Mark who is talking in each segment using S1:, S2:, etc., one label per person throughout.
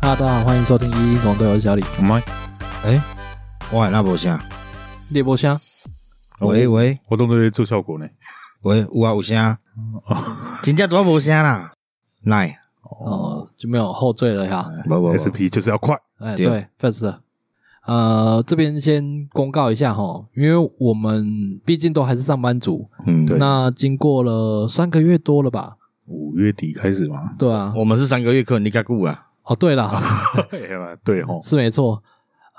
S1: Hello，大家好，欢迎收听一一广队，我是小李。
S2: 我们
S3: 哇，那无啥，
S1: 猎波虾，哦
S3: 喂喂
S2: 活动都在做效果呢。
S3: 喂，有啊有声，真正拄啊无声啦，来，
S1: 哦，就没有后缀了呀。
S3: 无无无
S2: SP 就是要快，
S1: 哎，
S3: 对
S1: 对，First，呃，这边先公告一下哈，因为我们毕竟都还是上班族，
S3: 嗯，
S2: 对
S1: 那经过了三个月多了吧？
S2: 五月底开始 嘛。
S1: 对啊，
S3: 我们是三个月课，你较久啊，
S1: 哦，对啦，
S2: 对哦吼，
S1: 是没错。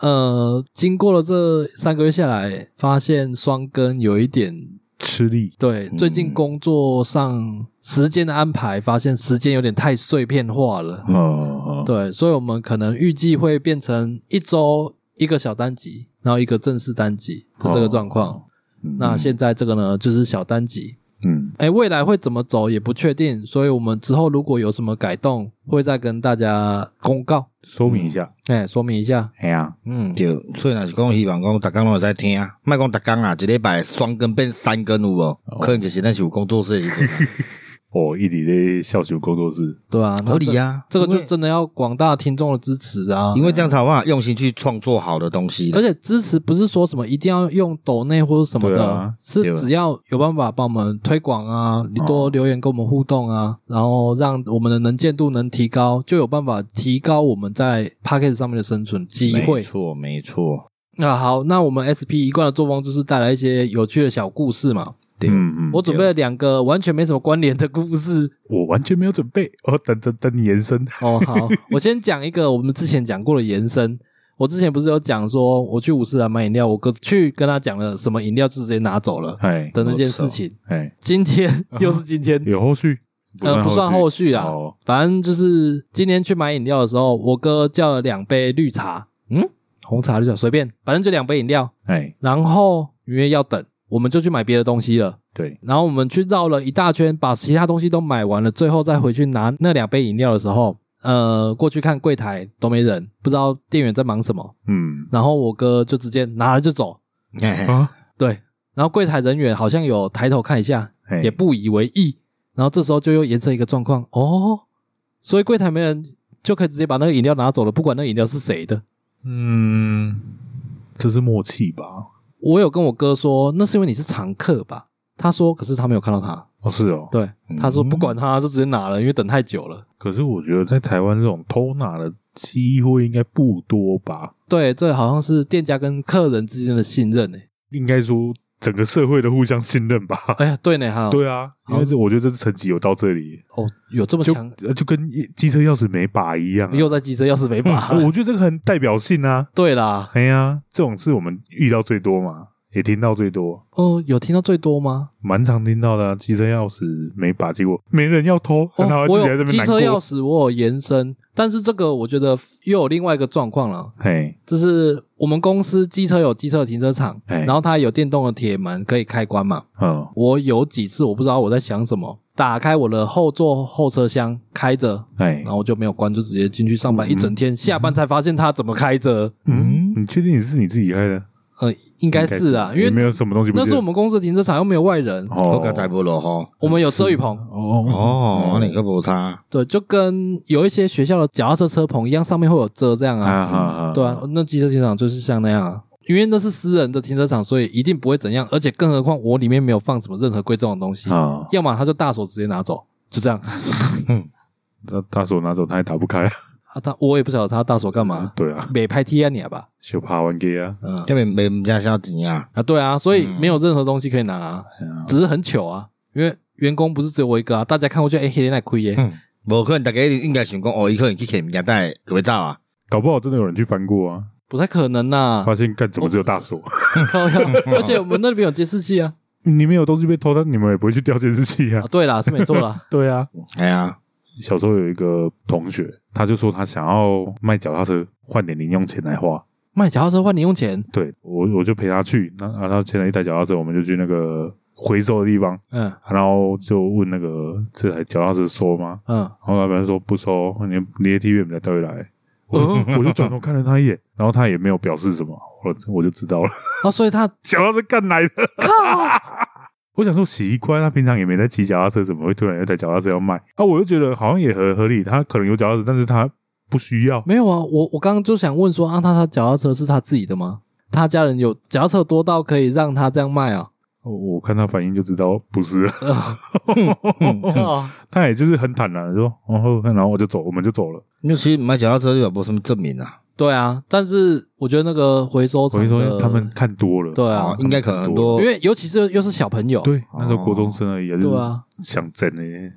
S1: 呃，经过了这三个月下来，发现双更有一点
S2: 吃力。
S1: 对，最近工作上时间的安排，发现时间有点太碎片化了。
S2: 哦，
S1: 对，所以我们可能预计会变成一周一个小单集，然后一个正式单集的这个状况。
S2: 哦
S3: 哦
S2: 嗯
S1: 那现在这个呢，就是小单集。
S2: 嗯，
S1: 哎，未来会怎么走也不确定，所以我们之后如果有什么改动，会再跟大家公告，
S2: 说明一下，
S1: 哎，说明一下。
S2: 哎呀，
S1: 嗯，
S3: 对，所以若是讲希望讲逐工拢会使听，莫讲逐工啊，一礼拜双更变三更有无？
S1: 哦
S3: 可能就是咱是有工作室的时阵啊，
S2: 我一直在笑球工作室，
S1: 对啊，那
S3: 合理啊
S1: 这这个
S3: 因
S1: 就
S3: 为
S1: 真的要广大听众的支持啊，
S3: 因为这样才有办法用心去创作好的东西
S1: 而。且支持不是说什么一定要用抖内或者什么
S2: 对
S1: 的，
S2: 啊哦
S1: 是
S3: 对吧
S1: 只要有办法帮我们推广啊，你多留言跟我们互动啊，然后让我们的能见度能提高，就有办法提高我们在 p a c k a g e 上面的生存机
S3: 没
S1: 会。
S3: 错，没错，
S1: 那好，那我们 SP 一贯的作风就是带来一些有趣的小故事嘛。
S3: 对
S2: 嗯嗯，
S1: 我准备了两个完全没什么关联的故事
S2: 我完全没有准备，我等着等你延伸。
S1: 哦。好，我先讲一个我们之前讲过的延伸。我之前不是有讲说，我去五十兰买饮料，我哥去跟他讲了什么饮料，就直接拿走了。
S2: 哎
S1: 的那件事情。
S2: 哎，
S1: 今 天又是今天，
S2: 有后续？
S1: 呃，不算后
S2: 续
S1: 续啦
S2: 哦，
S1: 反正就是今天去买饮料的时候，我哥叫了两杯绿茶，嗯，红茶、绿茶随便，反正就两杯饮料。
S2: 哎，
S1: 然后因为要等，我们就去买别的东西了。
S2: 对，
S1: 然后我们去绕了一大圈，把其他东西都买完了，最后再回去拿那两杯饮料的时候，呃，过去看柜台都没人，不知道店员在忙什么。
S2: 嗯
S1: 然后我哥就直接拿了就走，
S3: 嘿嘿
S2: 啊，
S1: 对。然后柜台人员好像有抬头看一下，
S2: 哎
S1: 也不以为意。然后这时候就又延伸一个状况哦，所以柜台没人就可以直接把那个饮料拿走了，不管那个饮料是谁的。
S2: 嗯，这是默契吧？
S1: 我有跟我哥说，那是因为你是常客吧？他说，可是他没有看到他。
S2: 哦，是哦，
S1: 对，他说不管他，就直接拿了，因为等太久了。
S2: 可是我觉得在台湾这种偷拿的机会应该不多吧？
S1: 对，这好像是店家跟客人之间的信任呢、
S2: 应该说整个社会的互相信任吧？
S1: 哎呀，对呢哈，
S2: 对啊，因为这我觉得这次成绩有到这里，
S1: 哦，有这么
S2: 就
S1: 强，
S2: 呃就跟机车钥匙没把一样啊、
S1: 又在急着钥匙没拔。
S2: 我觉得这个很代表性啊。
S1: 对啦，
S2: 哎呀，这种事我们遇到最多嘛，也听到最多，
S1: 哦，有听到最多吗？
S2: 蛮常听到的、啊。机车钥匙没把，结果没人要偷，然后
S1: 哦，
S2: 自
S1: 我
S2: 己在
S1: 有
S2: 这
S1: 机
S2: 边难
S1: 车钥
S2: 过。
S1: 匙，我有延伸，但是这个我觉得又有另外一个状况了。
S2: 嘿，
S1: 就是我们公司机车有机车停车场，
S2: 哎
S1: 然后它有电动的铁门可以开关嘛。
S2: 嗯，
S1: 我有几次我不知道我在想什么，打开我的后座后车厢开着，
S2: 哎
S1: 然，后我就没有关，就直接进去上班一整天，下班才发现它怎么开着。
S2: 嗯，你确定你是你自己开的？
S1: 呃，应该是啊，因
S2: 也没
S1: 为
S2: 有什么东西不
S1: 那是
S2: 见
S1: 我们公司的停车场，又没有外人，
S2: 哦
S3: 我刚才无落雨，
S1: 我们有遮雨棚，
S2: 哦
S3: 哦，那个无差，
S1: 对，就跟有一些学校的脚踏车车棚一样，上面会有遮这样
S2: 啊
S1: 啊。
S2: 啊啊，
S1: 对啊，那机车停车场就是像那样啊，因为那是私人的停车场，所以一定不会怎样。而且更何况我里面没有放什么任何贵重的东西，
S2: 啊，
S1: 要么他就大手直接拿走，就这样。
S2: 他他手拿走他也打不开，
S1: 啊，他我也不晓得他大手干嘛，
S2: 对啊，
S1: 没拍 T 啊你啊吧？
S2: 就爬完给啊，
S1: 嗯
S3: 这边没人家少钱啊，
S1: 啊，对啊，所以没有任何东西可以拿、啊，只是很糗啊，因为员工不是只有我一个啊，大家看过去哎，黑天来亏耶，
S3: 嗯，无可能，大家应该想讲，哦，伊可能去捡物件，但会各位走啊，
S2: 搞不好真的有人去翻过啊，
S1: 不太可能呐、
S2: 发现干怎么啊只有大手？
S1: 靠呀而且我们那边有监视器啊，
S2: 你们有东西被偷，但你们也不会去调监视器啊
S1: 啊，。对啦，是没错 啦，
S2: 对啊，
S3: 哎呀，
S2: 小时候有一个同学，他就说他想要卖脚踏车换点零用钱来花。
S1: 卖脚踏车换零用钱，
S2: 对我，我就陪他去，那然后牵了一台脚踏车，我们就去那个回收的地方，
S1: 嗯
S2: 然后就问那个这台脚踏车收吗？
S1: 嗯，
S2: 然后老板说不收，你你的 T V 才带回来。我 就我就转头看了他一眼，然后他也没有表示什么，我我就知道了，
S1: 啊，所以他
S2: 脚踏车干来的。 我想说奇怪，他平常也没在骑脚踏车，怎么会突然有台脚踏车要卖？啊，我就觉得好像也合合理，他可能有脚踏车，但是他不需要。
S1: 没有啊，我我刚刚就想问说，啊，他他脚踏车是他自己的吗？他家人有脚踏车多到可以让他这样卖 啊？
S2: 我哦我看他反应就知道不是，
S1: 哦
S2: 他也就是很坦然地说，然后然后我就走，我们就走了。
S3: 因为其实买脚踏车就没什么证明啊，
S1: 对啊，但是我觉得那个回收
S2: 我
S1: 厂
S2: 就
S1: 的，
S2: 说他们看多了，
S1: 对
S3: 啊
S1: 啊，
S3: 应该可能很多
S1: 因为尤其是又是小朋友，
S2: 对，那时候国中生而已，就是
S1: 对啊，
S2: 想整诶，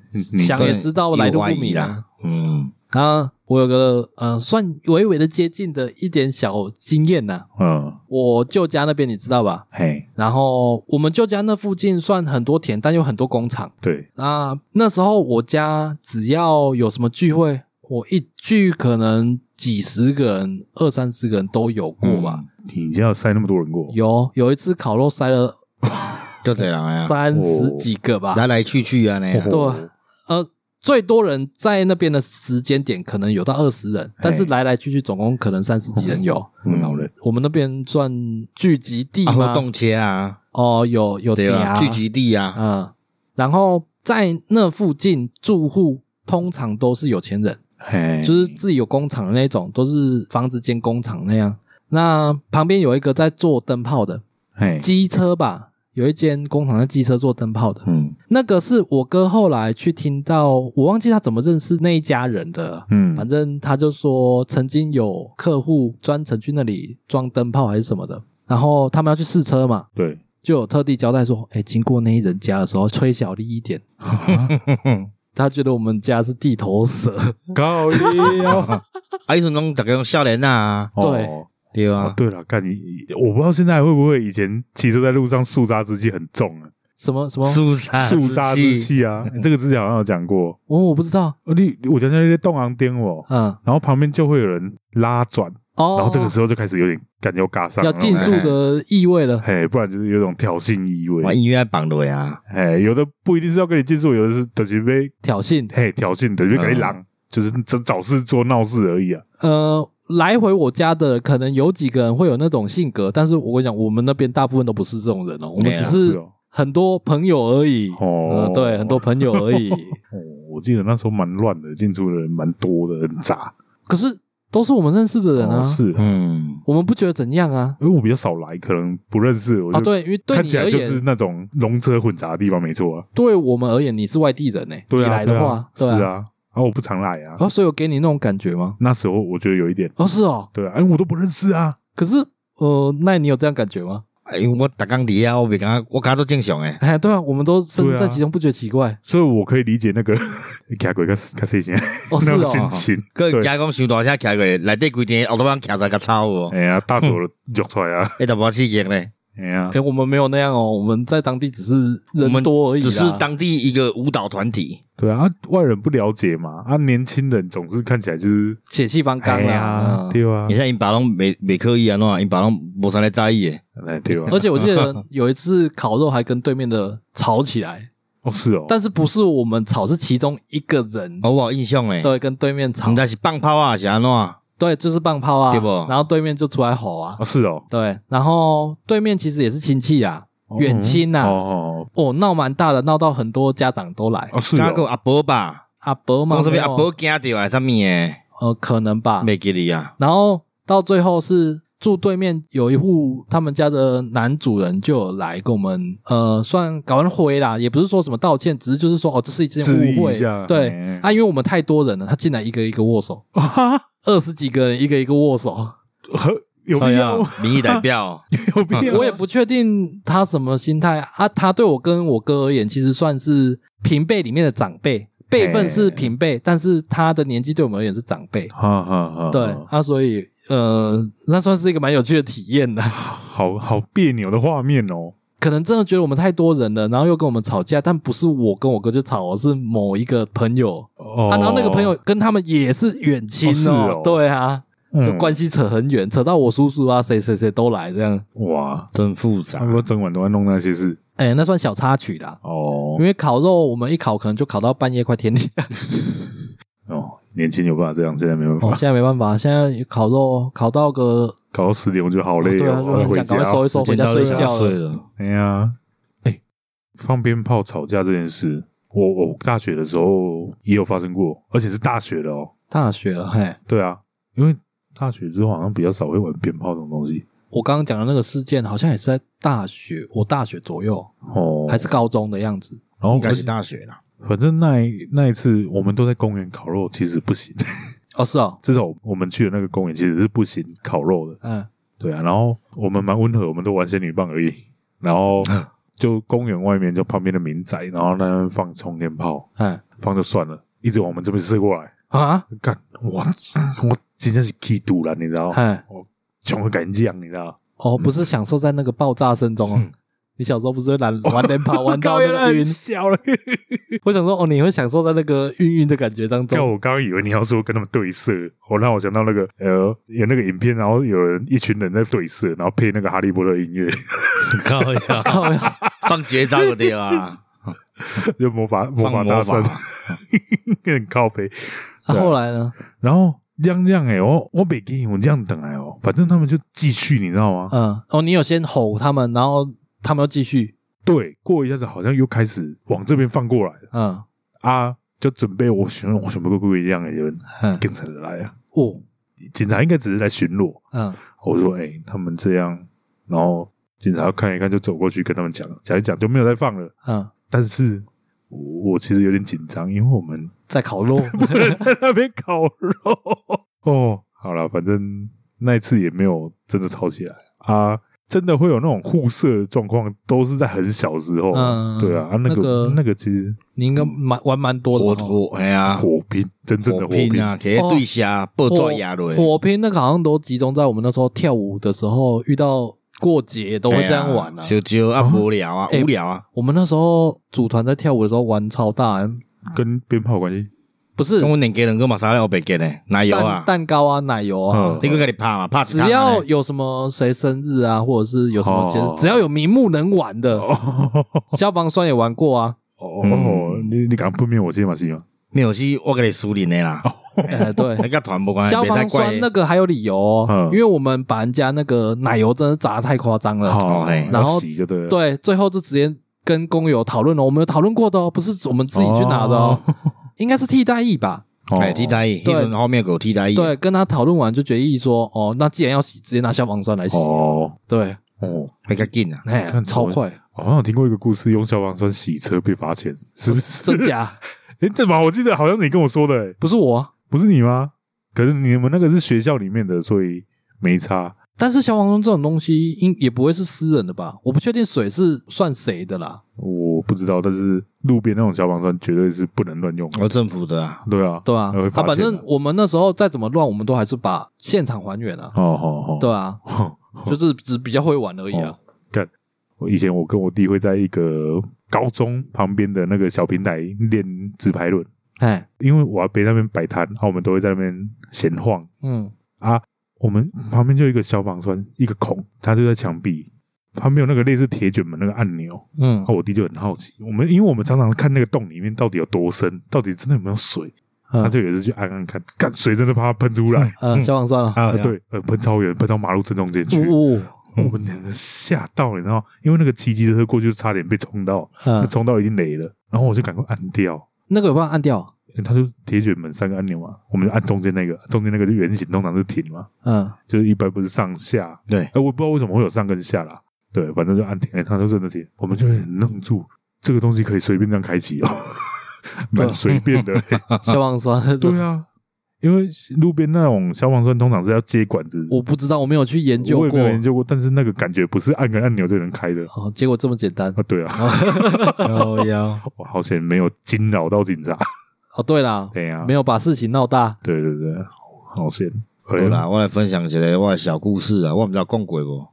S1: 想也知道来路不明啦。
S3: 啦。嗯，
S1: 啊，我有个呃，算微微的接近的一点小经验呐、
S2: 嗯，
S1: 我舅家那边你知道吧？
S2: 嘿，
S1: 然后我们舅家那附近算很多田，但有很多工厂。
S2: 对，
S1: 那那时候我家只要有什么聚会，我一聚可能几十个人、二三十个人都有过吧。
S3: 嗯
S2: 你要塞那么多人过，
S1: 有有一次烤肉塞了
S3: 就这样呀，
S1: 三十几个吧，
S3: 来来去去啊那
S2: 哦
S3: 样。
S1: 对呃，最多人在那边的时间点可能有到二十人，但是来来去去总共可能三十几人 有。
S2: 很恼人。
S1: 我们那边算聚集地
S3: 嗯啊，
S1: 吗
S3: 活？动车啊，
S1: 哦，有有
S3: 对
S1: 的
S3: 啊，
S1: 啊，
S3: 聚集地啊，
S1: 嗯，然后在那附近住户通常都是有钱人，
S2: 嘿，
S1: 就是自己有工厂的那种，都是房子兼工厂那样。那旁边有一个在做灯泡的
S2: 嘿，
S1: 机车吧，有一间工厂的机车做灯泡的，
S3: 嗯，
S1: 那个是我哥后来去听到，我忘记他怎么认识那一家人的。
S2: 嗯
S1: 反正他就说，曾经有客户专程去那里装灯泡还是什么的，然后他们要去试车嘛，
S2: 对，
S1: 就有特地交代说，哎，经过那一人家的时候，吹小力一点。他觉得我们家是地头蛇，
S2: 高 腰。
S3: 啊，迄阵拢逐个用少年啊，
S1: 对
S2: 哦
S3: 对
S2: 哦
S3: 啊，，
S2: 对了，干你，我不知道现在还会不会以前骑车在路上肃杀之气很重啊，
S1: 什么什么，
S3: 肃杀
S2: 肃杀之，气啊，这个之前好像有讲过。
S1: 我我不知道，
S2: 哦你我讲那些动昂颠我，
S1: 嗯，
S2: 然后旁边就会有人拉转，
S1: 哦，
S2: 然后这个时嗯候就开始有点感觉要嘎上，
S1: 要竞速的意味了，
S2: 哎，不然就是有种挑衅意
S3: 把
S2: 味。
S3: 音乐放落啊，
S2: 哎，有的不一定是要跟你竞速，有的是等于被
S1: 挑衅，
S2: 嘿挑衅，等于被你狼，就是只找事做闹事而已啊。
S1: 呃，来回我家的可能有几个人会有那种性格，但是我跟你讲，我们那边大部分都不是这种人哦，我们
S3: 对啊
S1: 只
S2: 是
S1: 是
S2: 哦，
S1: 很多朋友而已。
S2: 哦
S1: 呃，对，很多朋友而 已。
S2: 哦，我记得那时候蛮乱的，进出的人蛮多的，很杂。
S1: 可是都是我们认识的人啊，
S2: 哦是啊，
S3: 嗯，
S1: 我们不觉得怎样啊？
S2: 因为我比较少来，可能不认识，我
S1: 啊，
S2: 就
S1: 对，因为对
S2: 看
S1: 你
S2: 起
S1: 而
S2: 来就
S1: 言，
S2: 是那种龙车混杂的地方，没错啊。
S1: 对我们而言，你是外地人呢、欸
S2: 对
S1: 你
S2: 啊，
S1: 来
S2: 对
S1: 的
S2: 啊
S1: 话，，
S2: 是
S1: 对啊。
S2: 啊，啊，我不常来啊。
S1: 哦，所以有给你那种感觉吗？
S2: 那时候我觉得有一点，
S1: 哦，是哦。
S2: 对啊，哎，我都不认识啊。
S1: 可是，呃，那你有这样感觉吗？
S3: 哎，我逐工伫啊，我袂感觉，我感觉做正常诶，
S1: 哎，对啊，我们都身在其中，不觉得奇怪。
S2: 所以我可以理解那个 卡鬼跟卡谁先
S1: 哦，是
S2: 那种
S1: 哦
S2: 心。情。
S3: 个
S2: 对
S3: 惊讲伤大车徛过，内底规定后头人徛在甲草哦，
S2: 哎呀，大手揪出来啊！
S3: 迄淡薄刺激咧，
S2: 哎呀
S1: 哎、，我们没有那样哦，我们在当地只是
S3: 我们
S1: 人多而已啦，
S3: 只是当地一个舞蹈团体，
S2: 对啊，啊外人不了解嘛，啊，年轻人总是看起来就是
S1: 血气方刚
S2: 哎
S1: 啦
S2: 呀，。
S1: 嗯
S2: 对啊
S3: 而，且因爸拢袂袂刻意啊，喏，因爸拢无啥咧在意诶，
S2: 哎对啊
S1: 而，且我记得有一次烤肉还跟对面的吵起来，
S2: 哦是哦，
S1: 但是不是我们吵，是其中一个人
S3: 哦，我有印象诶，
S1: 对跟对面吵
S3: 毋，知是放炮啊还是安怎，
S1: 对，就是棒炮啊
S3: 对不，
S1: 然后对面就出来吼啊
S2: 啊，是哦，
S1: 对，然后对面其实也是亲戚啊，
S2: 哦
S1: 远亲
S2: 哦
S1: 呐，
S2: 哦
S1: 哦，闹蛮大的，闹到很多家长都来
S2: 哦，哦是
S3: 敢有
S2: 哦，
S3: 阿伯吧，
S1: 阿伯嘛
S3: 讲什
S1: 没
S3: 么
S1: 有，
S3: 哦阿伯惊着啊，啥物诶，
S1: 呃，可能吧，
S3: 袂记哩啊，
S1: 然后到最后是住对面有一户他们家的男主人就有来跟我们呃算搞完灰啦，也不是说什么道歉，只是就是说哦这是一件
S2: 质疑
S1: 误
S2: 一
S1: 会
S2: 下，，
S1: 对、
S2: 哎
S1: 啊，因为我们太多人了，他进来一个一个握手，二十几个人一个一个握 手，
S2: 呵有必要
S1: 啊
S2: 吗？
S3: 哎呀民意代表，
S2: 有必要吗？
S1: 我也不确定他什么心态啊。他对我跟我哥而言，其实算是平辈里面的长辈，辈分是平
S2: 哎
S1: 辈，但是他的年纪对我们而言是长辈。
S2: 哈哈哈，
S1: 对啊，所以呃，那算是一个蛮有趣的体验的。
S2: 好好别扭的画面哦。
S1: 可能真的觉得我们太多人了，然后又跟我们吵架，但不是我跟我哥就吵，而是某一个朋友、
S2: 哦，
S1: 啊，然后那个朋友跟他们也是远亲
S2: 哦是哦嗯
S1: 对啊，就关系扯很远，扯到我叔叔啊，谁谁谁都来这样，
S2: 嗯哇，
S3: 真复杂
S2: 差不。多整晚都在弄那些事
S1: 哎、那算小插曲啦。
S2: 哦
S1: 因为烤肉，我们一烤可能就烤到半夜快天亮。
S2: 哦，年轻有办法这样，现在没办
S1: 哦，
S2: 法，
S1: 现在没办法，现在烤肉烤到个，
S2: 搞到十点我觉得好累
S1: 对啊，
S2: 哦，
S1: 就
S2: 我要
S1: 很
S2: 回
S1: 想赶
S2: 家
S1: 快。收一收，回家睡觉
S3: 睡
S1: 了。
S3: 了。
S2: 哎呀，哎，放鞭炮吵架这件事，我我大学的时候也有发生过，而且是大学的哦。
S1: 大学了，嘿，
S2: 对啊，因为大学之后好像比较少会玩鞭炮这种东西。
S1: 我刚刚讲的那个事件好像也是在大学，我大学左右
S2: 哦，
S1: 还是高中的样子。
S2: 然后
S3: 应该是大学啦。
S2: 反正那一那一次我们都在公园烤肉，其实不行，
S1: 哦，是哦，
S2: 至少我们去的那个公园其实是不行烤肉的。
S1: 嗯，
S2: 对啊，然后我们蛮温和，我们都玩仙女棒而已。然后
S1: 嗯
S2: 就公园外面就旁边的民宅，然后那边放冲天炮，
S1: 哎，
S2: 放就算了，一直往我们这边射过来，
S1: 啊，
S2: 干我我真的是气堵了，你知道吗？
S1: 哎，
S2: 穷的敢讲，你知道吗？
S1: 哦，不是享受在那个爆炸声中
S2: 嗯
S1: 哦。你小时候不是会玩
S2: 哦
S1: 玩连跑玩到那个晕？
S2: 小了。
S1: 我想说，哦，你会享受在那个晕晕的感觉当
S2: 但
S1: 中。
S2: 我刚刚以为你要说跟他们对射，我让我想到那个呃，有那个影片，然后有人一群人在对射，然后配那个哈利波特音乐，
S3: 靠呀，
S1: 靠呀，
S3: 放绝招的对啦，
S2: 就魔法魔
S3: 放
S2: 法大
S3: 魔
S2: 战，
S3: 法。
S2: 很靠背。
S1: 啊
S2: 对啊
S1: 后来呢？
S2: 然后这样这样哎、我我北京我这样等哎哦，反正他们就继续，你知道吗？
S1: 嗯，哦，你有先吼他们，然后他们要继续。
S2: 对，过一下子好像又开始往这边放过来了
S1: 嗯
S2: 啊，就准备我巡我巡不过一样哎、有人
S1: 嗯，
S2: 警察来啊，
S1: 哦，
S2: 警察应该只是来巡逻，
S1: 嗯
S2: 我说：“哎、他们这样。”然后警察看一看，就走过去跟他们讲，讲一讲就没有再放了。
S1: 嗯，
S2: 但是我我其实有点紧张，因为我们
S1: 在烤 肉。
S2: 在那边烤肉。哦，好了，反正那一次也没有真的吵起来啊。真的会有那种互射的状况，都是在很小时候。
S1: 嗯
S2: 对啊，啊那个、
S1: 那个
S2: 那个其实
S1: 你应该蛮玩蛮多的
S3: 火
S1: 吧。
S3: 火哎呀，
S2: 火拼，真正的
S3: 火
S2: 火拼
S3: 拼啊，给对下爆
S1: 火
S3: 炸压落。
S1: 哦火拼那个好像都集中在我们那时候跳舞的时候，遇到过节都会这
S2: 哎
S1: 样玩啊。
S3: 烧酒啊，无聊啊，无聊啊，
S1: 我们那时候组团在跳舞的时候玩超大、
S2: 跟鞭炮有关系。
S1: 不是
S3: 跟我两家人个嘛啥了，我白给呢，哪有
S1: 蛋
S3: 啊？
S1: 蛋糕啊、奶油啊
S2: 嗯，
S3: 你个给你怕嘛？怕
S1: 只要有什么谁生日啊，或者是有什么节日
S2: 哦，
S1: 只要有名目能玩的，
S2: 哦 哦
S1: 消防栓也玩过啊。
S2: 哦，你你敢不灭我这嘛是吗？
S3: 没有是，我给你输赢的啦，
S1: 哎，对，
S3: 那个团不关，
S1: 消
S3: 别再
S1: 防
S3: 怪
S1: 栓那。个还有理由哦
S2: 嗯，
S1: 因为我们把人家那个奶油真的砸得太夸张了。
S2: 好，
S3: 嘿
S2: 要
S1: 哦然后
S2: 洗就对了。
S1: 对，最后就直接跟工友讨论了，我们有讨论过的哦，不是我们自己去拿的哦， 应该是替代役吧？
S2: 哦
S3: 哎，替代役，
S1: 对
S3: 那阵后面有替代役，
S1: 对，跟他讨论完就决议说，哦，那既然要洗，直接拿消防栓来洗。
S2: 哦
S1: 对，
S2: 哦，
S3: 还较紧啊。
S1: 哎
S2: 看，
S1: 超
S2: 我
S1: 快，
S2: 好像有听过一个故事，用消防栓洗车被罚钱，是不是？
S1: 真假？
S2: 哎，对吧？我记得好像你跟我说的、诶
S1: 不是我啊，
S2: 不是你吗？可是你们那个是学校里面的，所以没差。
S1: 但是消防栓这种东西，应也不会是私人的吧？我不确定水是算谁的啦。
S2: 我不知道，但是路边那种消防栓绝对是不能乱用的。
S3: 我政府的啊，
S2: 对啊，
S1: 对啊
S2: 还会，
S1: 啊，
S2: 罚
S1: 反
S2: 钱的
S1: 正我们那时候再怎么乱，我们都还是把现场还原啊，
S2: 哦哦哦，哦
S1: 对啊，就是只比较会玩而已啊。
S2: 我以前我跟我弟会在一个高中旁边的那个小平台练直排轮，
S1: 哎，
S2: 因为我要被那边摆摊，然后我们都会在那边闲晃，
S1: 嗯，
S2: 我们旁边就有一个消防栓，一个孔，它就在墙壁旁边有那个类似铁卷门那个按钮。
S1: 嗯
S2: 然后，我弟就很好奇，我们因为我们常常看那个洞里面到底有多深，到底真的有没有水，他
S1: 嗯
S2: 就有一次去按按看，干水真的怕他喷出来，
S1: 呃，消防栓了，
S3: 啊
S2: 啊、，对，呃，喷超远，喷到马路正中间去。
S1: 呜嗯呜，
S2: 我们两个吓到了，然后因为那个骑机车过去就差点被冲到，
S1: 嗯，
S2: 冲到已经雷了，然后我就赶快按掉。呃
S1: 那个有办法按掉？
S2: 他就铁卷门三个按钮嘛，我们就按中间那个，中间那个就圆形，通常是停嘛，
S1: 嗯，
S2: 就是一般不是上下，
S3: 对
S2: 哎、，我不知道为什么会有上跟下啦。对，反正就按停，哎、他就真的停，我们就很愣住，这个东西可以随便这样开启哦， 蛮随便的、
S1: 消防栓，
S2: 啊对啊，因为路边那种消防栓通常是要接管子，
S1: 我不知道，我没有去研究
S2: 我也没
S1: 过
S2: 有。研究过，但是那个感觉不是按个按钮就能开的
S1: 哦，结果这么简单
S2: 啊。对啊，
S3: 幺幺，
S2: 我好险没有惊扰到警察。
S1: 哦。对啦，
S2: 对呀、啊，
S1: 没
S2: 有，
S1: 有把事情闹大。
S2: 对对对，好险。 哎
S3: 好啦，我来分享一个我的小故事啊，我不知道讲过无，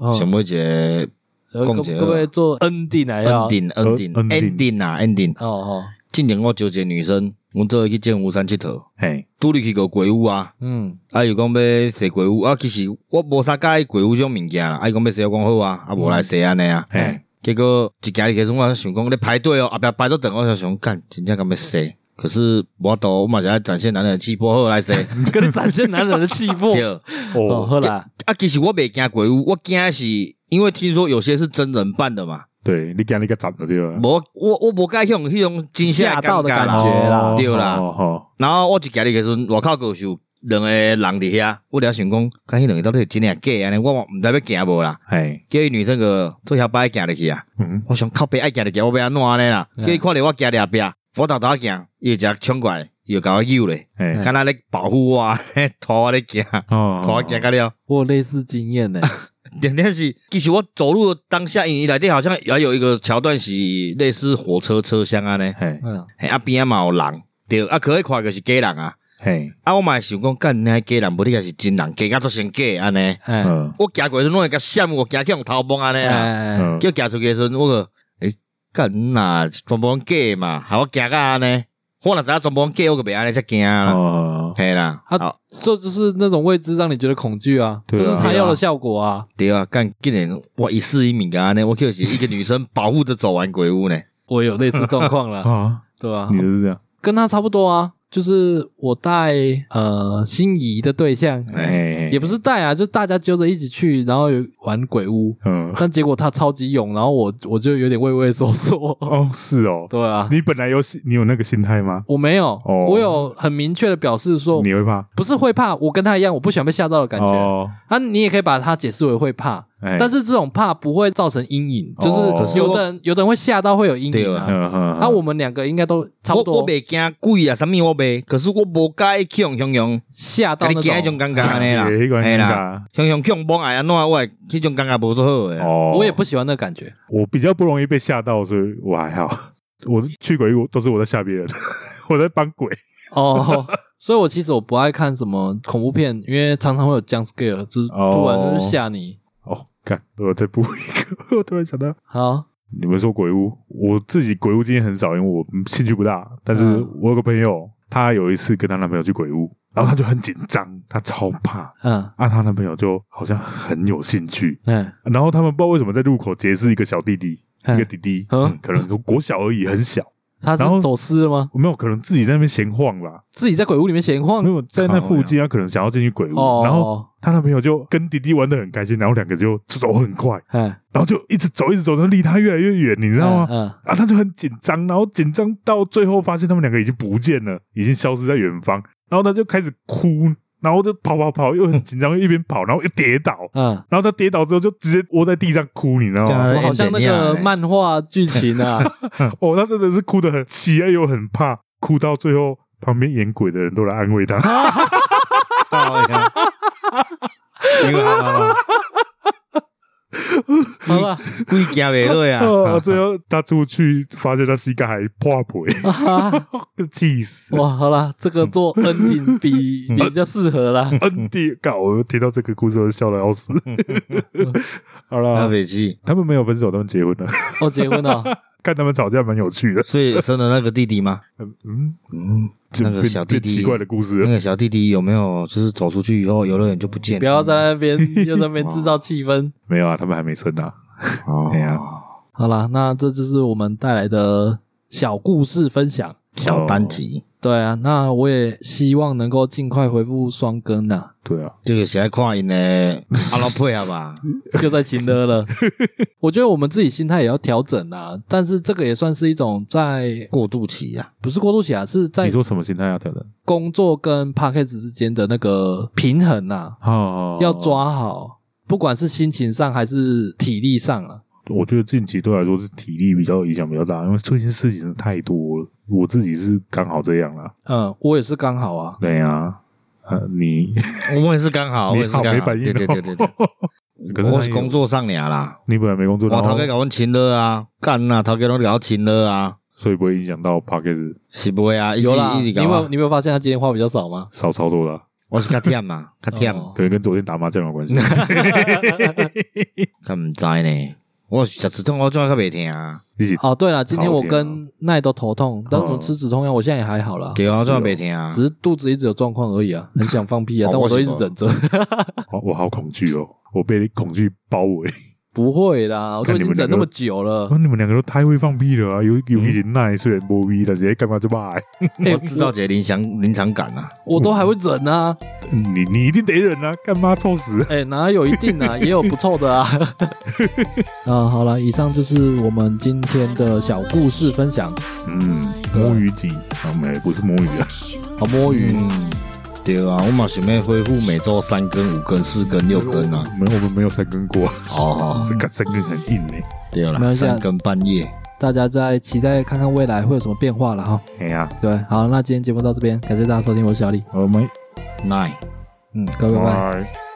S1: 哦
S3: 想要一个
S1: 呃
S3: 讲
S1: 各
S3: 一
S1: 各
S3: 个
S1: 位做 ending 来啊？
S3: ending ending
S2: ending
S3: ending 啊 ending，
S1: 哦哦，
S3: 进前我招一个女生，阮做伙去剑湖山佚佗，
S2: 嘿，
S3: 拄你去过鬼屋啊，
S1: 嗯
S3: 啊伊讲要踅鬼屋啊，其实我无啥介意鬼屋种物件啦，啊伊讲要踅我讲好啊，啊无来踅安尼啊，
S1: 嗯
S2: 嘿，
S3: 结果一行入去，我想讲咧排队哦，后壁排到等我就想干，真正敢要踅，可是我都我嘛是爱展现男人的气魄，好 来踅，
S1: 跟你展现男人的气 魄。
S3: 对。
S1: 哦，
S2: 哦，
S1: 好啦，
S3: 啊，其实我袂惊鬼屋，我惊的是因为听说有些是真人扮的嘛，
S2: 对你讲你个站的对吧？
S3: 无我我无介向迄种惊
S1: 吓到的感
S3: 感啦
S1: 觉啦
S2: 哦
S3: 对啦
S2: 哦哦
S3: 然后我一家里时阵，外口就是有两个人伫遐，我了想讲，看迄两个到底是真诶假安尼，我毋知要行无啦。
S2: 哎，
S3: 叫伊女生个做小摆行入去啊，
S2: 嗯，
S3: 我想靠背爱行入去，我要安怎安尼啦？
S1: 嗯
S2: 哎
S3: 叫伊看着我行入啊壁，我偷偷行，伊就直接冲过来，伊就甲我揪咧，
S2: 哎，
S3: 敢若咧保护我安尼， 拖我咧行，
S2: 哦
S3: 拖我行到了。
S1: 我有类似经验 呢、
S3: 重点是，其实我走路的当下，因为内底好像也有一个桥段是类似火车车厢安尼，
S2: 嘿，
S1: 嗯，
S3: 嘿啊边啊嘛有人，对，啊可以看就是假人啊。
S2: 嘿，
S3: 啊，我嘛会想讲，干你假人，无你也是真人，假甲做成假安尼。
S1: 哎、
S2: 嗯，
S3: 我行过去，拢会甲闪，我行去互头摸安尼
S1: 哎
S3: 啊。
S1: 哎，哎
S2: 嗯
S3: 叫行出去的时阵，我个诶，干你呐，全部拢假的嘛，啊害我行甲安尼。我若知影全部拢假，我个袂安尼才惊啦。
S2: 哦，
S3: 嘿啦，
S1: 啊
S3: 好
S1: 这就是那种未知让你觉得恐惧啊，
S2: 对啊
S1: 这是他要的效果啊。
S3: 对啊，干竟然我一世一名个安尼，我就是一个女生保护着走完鬼屋呢。
S1: 我有类似状况 了，
S2: 啊，
S1: 对吧、
S2: 你的是这样，
S1: 跟他差不多啊，就是我带呃心仪的对象，
S2: 哎，
S1: 也不是带啊，就大家揪着一起去，然后有玩鬼屋，
S2: 嗯，。
S1: 但结果他超级勇，然后我我就有点畏畏缩缩
S2: 哦，是哦，
S1: 对啊，
S2: 你本来有心你有那个心态吗？
S1: 我没有，
S2: 哦
S1: 我有很明确的表示说，
S2: 你会怕？
S1: 不是会怕，我跟他一样，我不喜欢被吓到的哦感觉。
S2: 哦，
S1: 啊，你也可以把它解释为会怕，
S2: 哎，
S1: 但是这种怕不会造成阴影，
S2: 哦可
S1: 就是是有的人有的人会吓到会有阴影
S3: 对啊
S1: 啊。
S2: 嗯哼，
S1: 啊，我们两个应该都差不
S3: 我
S1: 多
S3: 我袂惊鬼啊，啥物我袂，可是我无介去用用用，
S1: 吓
S3: 甲
S1: 到
S3: 你
S1: 那
S3: 惊迄种
S1: 种，
S3: 感觉安尼啦。
S2: 迄个
S3: 嘿
S2: 尴
S3: 啦，
S2: 尬。
S3: 用用恐怖哎安怎我会迄种感觉无做好诶。
S2: 哦，
S1: 我也不喜欢那感觉。
S2: 我比较不容易被吓到，所以我还好。 我去鬼屋都是我在吓别人， 我在帮鬼。
S1: 哦， 所以我其实我不爱看什么恐怖片，因为常常会有 jump scare，就是
S2: 哦
S1: 突然就是吓你。
S2: 哦，看我再补一个，我 突然想到，
S1: 好，
S2: 你们说鬼屋，我自己鬼屋经验很少，因为我兴趣不大。但是
S1: 嗯
S2: 我有个朋友，她有一次跟她男朋友去鬼屋，然后她就很紧张，她超怕。
S1: 嗯，
S2: 啊，她男朋友就好像很有兴趣，
S1: 哎，
S2: 然后他们不知道为什么在路口结识一个小弟弟，一个
S1: 哎
S2: 弟弟，
S1: 嗯
S2: 可能国小而已，很小，
S1: 他
S2: 然后
S1: 是走私了吗？
S2: 没有可能自己在那边闲晃啦，
S1: 自己在鬼屋里面闲晃
S2: 没？有在那附近，他可能想要进去鬼屋，
S1: 嗯哦，
S2: 然后她男朋友就跟弟弟玩的很开心，然后两个就走很快，
S1: 哎，
S2: 然后就一直走，一直走，然后离他越来越远，你知道吗？
S1: 嗯，
S2: 啊，他就很紧张，然后紧张到最后发现他们两个已经不见了，已经消失在远方，然后他就开始哭，然后就跑跑跑，又很紧张，又一边跑，然后又跌倒，
S1: 嗯嗯，
S2: 然后他跌倒之后就直接窝在地上哭，你知道
S3: 这样
S2: 吗？
S1: 怎么好像那个漫画剧情啊？
S2: 哦，他真的是哭得很气哀又很怕，哭到最后旁边演鬼的人都来安慰他。
S3: 到底啊你有好吗？
S1: 好了，
S3: 鬼惊袂落
S2: 啊，
S1: 哦
S3: 啊！
S2: 最后他出去发现他膝盖还破 皮，
S1: 啊
S2: 气 死！
S1: 哇，好了，这个做
S2: 嗯
S1: ending 比比较适合啦。
S2: 恩地，搞，我听到这个故事我笑的要死。 好
S3: 阿
S2: 了，
S3: 北基，
S2: 他们没有分手，他们结婚了。
S1: 哦，结婚 了，
S2: 看他们吵架蛮有趣的。
S3: 所以生的那个弟弟吗？
S2: 嗯，
S3: 嗯，
S2: 这
S3: 那个
S2: 变
S3: 小弟嗯
S2: 变奇
S3: 弟，
S2: 怪的故事
S3: 那
S2: 了。
S3: 个小弟弟有没有就是走出去以后，游乐园就不见
S1: 不要在那边又在那边制造气 氛。
S2: 没有啊，他们还没生啊。
S3: 哦
S2: 哎呀，
S1: 好啦，那这就是我们带来的小故事分享。
S3: 小单集，
S1: 对啊，那我也希望能够尽快恢复双更 呐、
S2: 对啊，
S3: 这个是爱看 因的阿拉配合吧？
S1: 就在秦乐了。我觉得我们自己心态也要调整啊，但是这个也算是一种在
S3: 过渡期呀，
S1: 不是过渡期啊，是
S2: 你
S1: 在
S2: 说什么心态要调整？
S1: 工作跟 p a c k a g e 之间的那个平衡呐、
S2: 哦
S1: 要。抓好，不管是心情上还是体力上啊。
S2: 我觉得近期对我来说是体力比较影响比较大，因为最近事情真的太多了。我自己是刚好这样啦。
S1: 嗯，我也是刚好啊，
S2: 对啊，呃，你
S3: 我也是刚嗯好，我
S2: 你
S3: 也是
S2: 好
S3: 刚
S2: 没
S3: 好，
S2: 反应
S3: 对
S2: 哦
S3: 对对对对，
S2: 可是
S3: 我
S2: 他
S3: 是
S2: 也
S3: 工作上俩啦，
S2: 你本来没工作，
S3: 我
S2: 然
S3: 头
S2: 后
S3: 家搞阮亲了啊，干呐，头家拢搞亲了啊，
S2: 所以不会影响到 p a c k a g e
S3: 是不会啊，一直
S1: 有啦，
S3: 一
S1: 你
S3: 直
S1: 有没
S3: 搞
S1: 有
S3: 啊，
S1: 你有没有发现他今天话比较少 吗？
S2: 少超多了啊，
S3: 我是较忝嘛，较忝
S1: 哦，
S2: 可能跟昨天打麻将有关系。
S3: 较毋知呢，我是食止痛药怎啊较袂听啊？
S2: 一起
S1: 哦，对了，今天
S2: 好
S1: 我
S2: 甜啊
S1: 跟奈都头痛，但我吃止痛药，我现在也还好啦。
S3: 哦对啊，
S2: 是
S3: 这
S2: 哦
S3: 么没听啊，
S1: 只。是肚子一直有状况而已啊，很想放屁啊但我都一直
S3: 哦我
S1: 忍着。
S2: 好我好恐惧哦，我被恐惧包围。
S1: 不会啦，我都已
S2: 看你
S1: 经
S2: 们
S1: 等
S2: 两个
S1: 那么久了
S2: 哦那、。你们两个都太会放屁了啊！有有一点耐，虽然波逼，但是哎干嘛这么爱？
S1: 哎、
S3: 我制造节临场临场感啊，
S1: 我我都还会忍啊。
S2: 你你一定得忍啊！干嘛臭死？
S1: 哎、哪有一定 啊，也有不错的啊。啊，好了，以上就是我们今天的小故事分享。
S2: 嗯，摸鱼精，啊，没不是摸鱼 啊，
S1: 好，摸鱼，
S3: 嗯，对啊，我嘛想要恢复每周三更、五更、四更、六更啊，
S2: 没有我们没有三根过，
S3: 哦，
S2: 这个三根很硬呢。
S3: 对
S1: 没
S3: 啦，
S1: 关系啊
S3: 三更半夜，
S1: 大家再期待看看未来会有什么变化了哈。
S2: 哎呀，
S1: 对，好，那今天节目到这边，感谢大家收听，我是小李，
S2: 我们
S3: 奈。
S1: 嗯，各位拜拜。
S2: 拜拜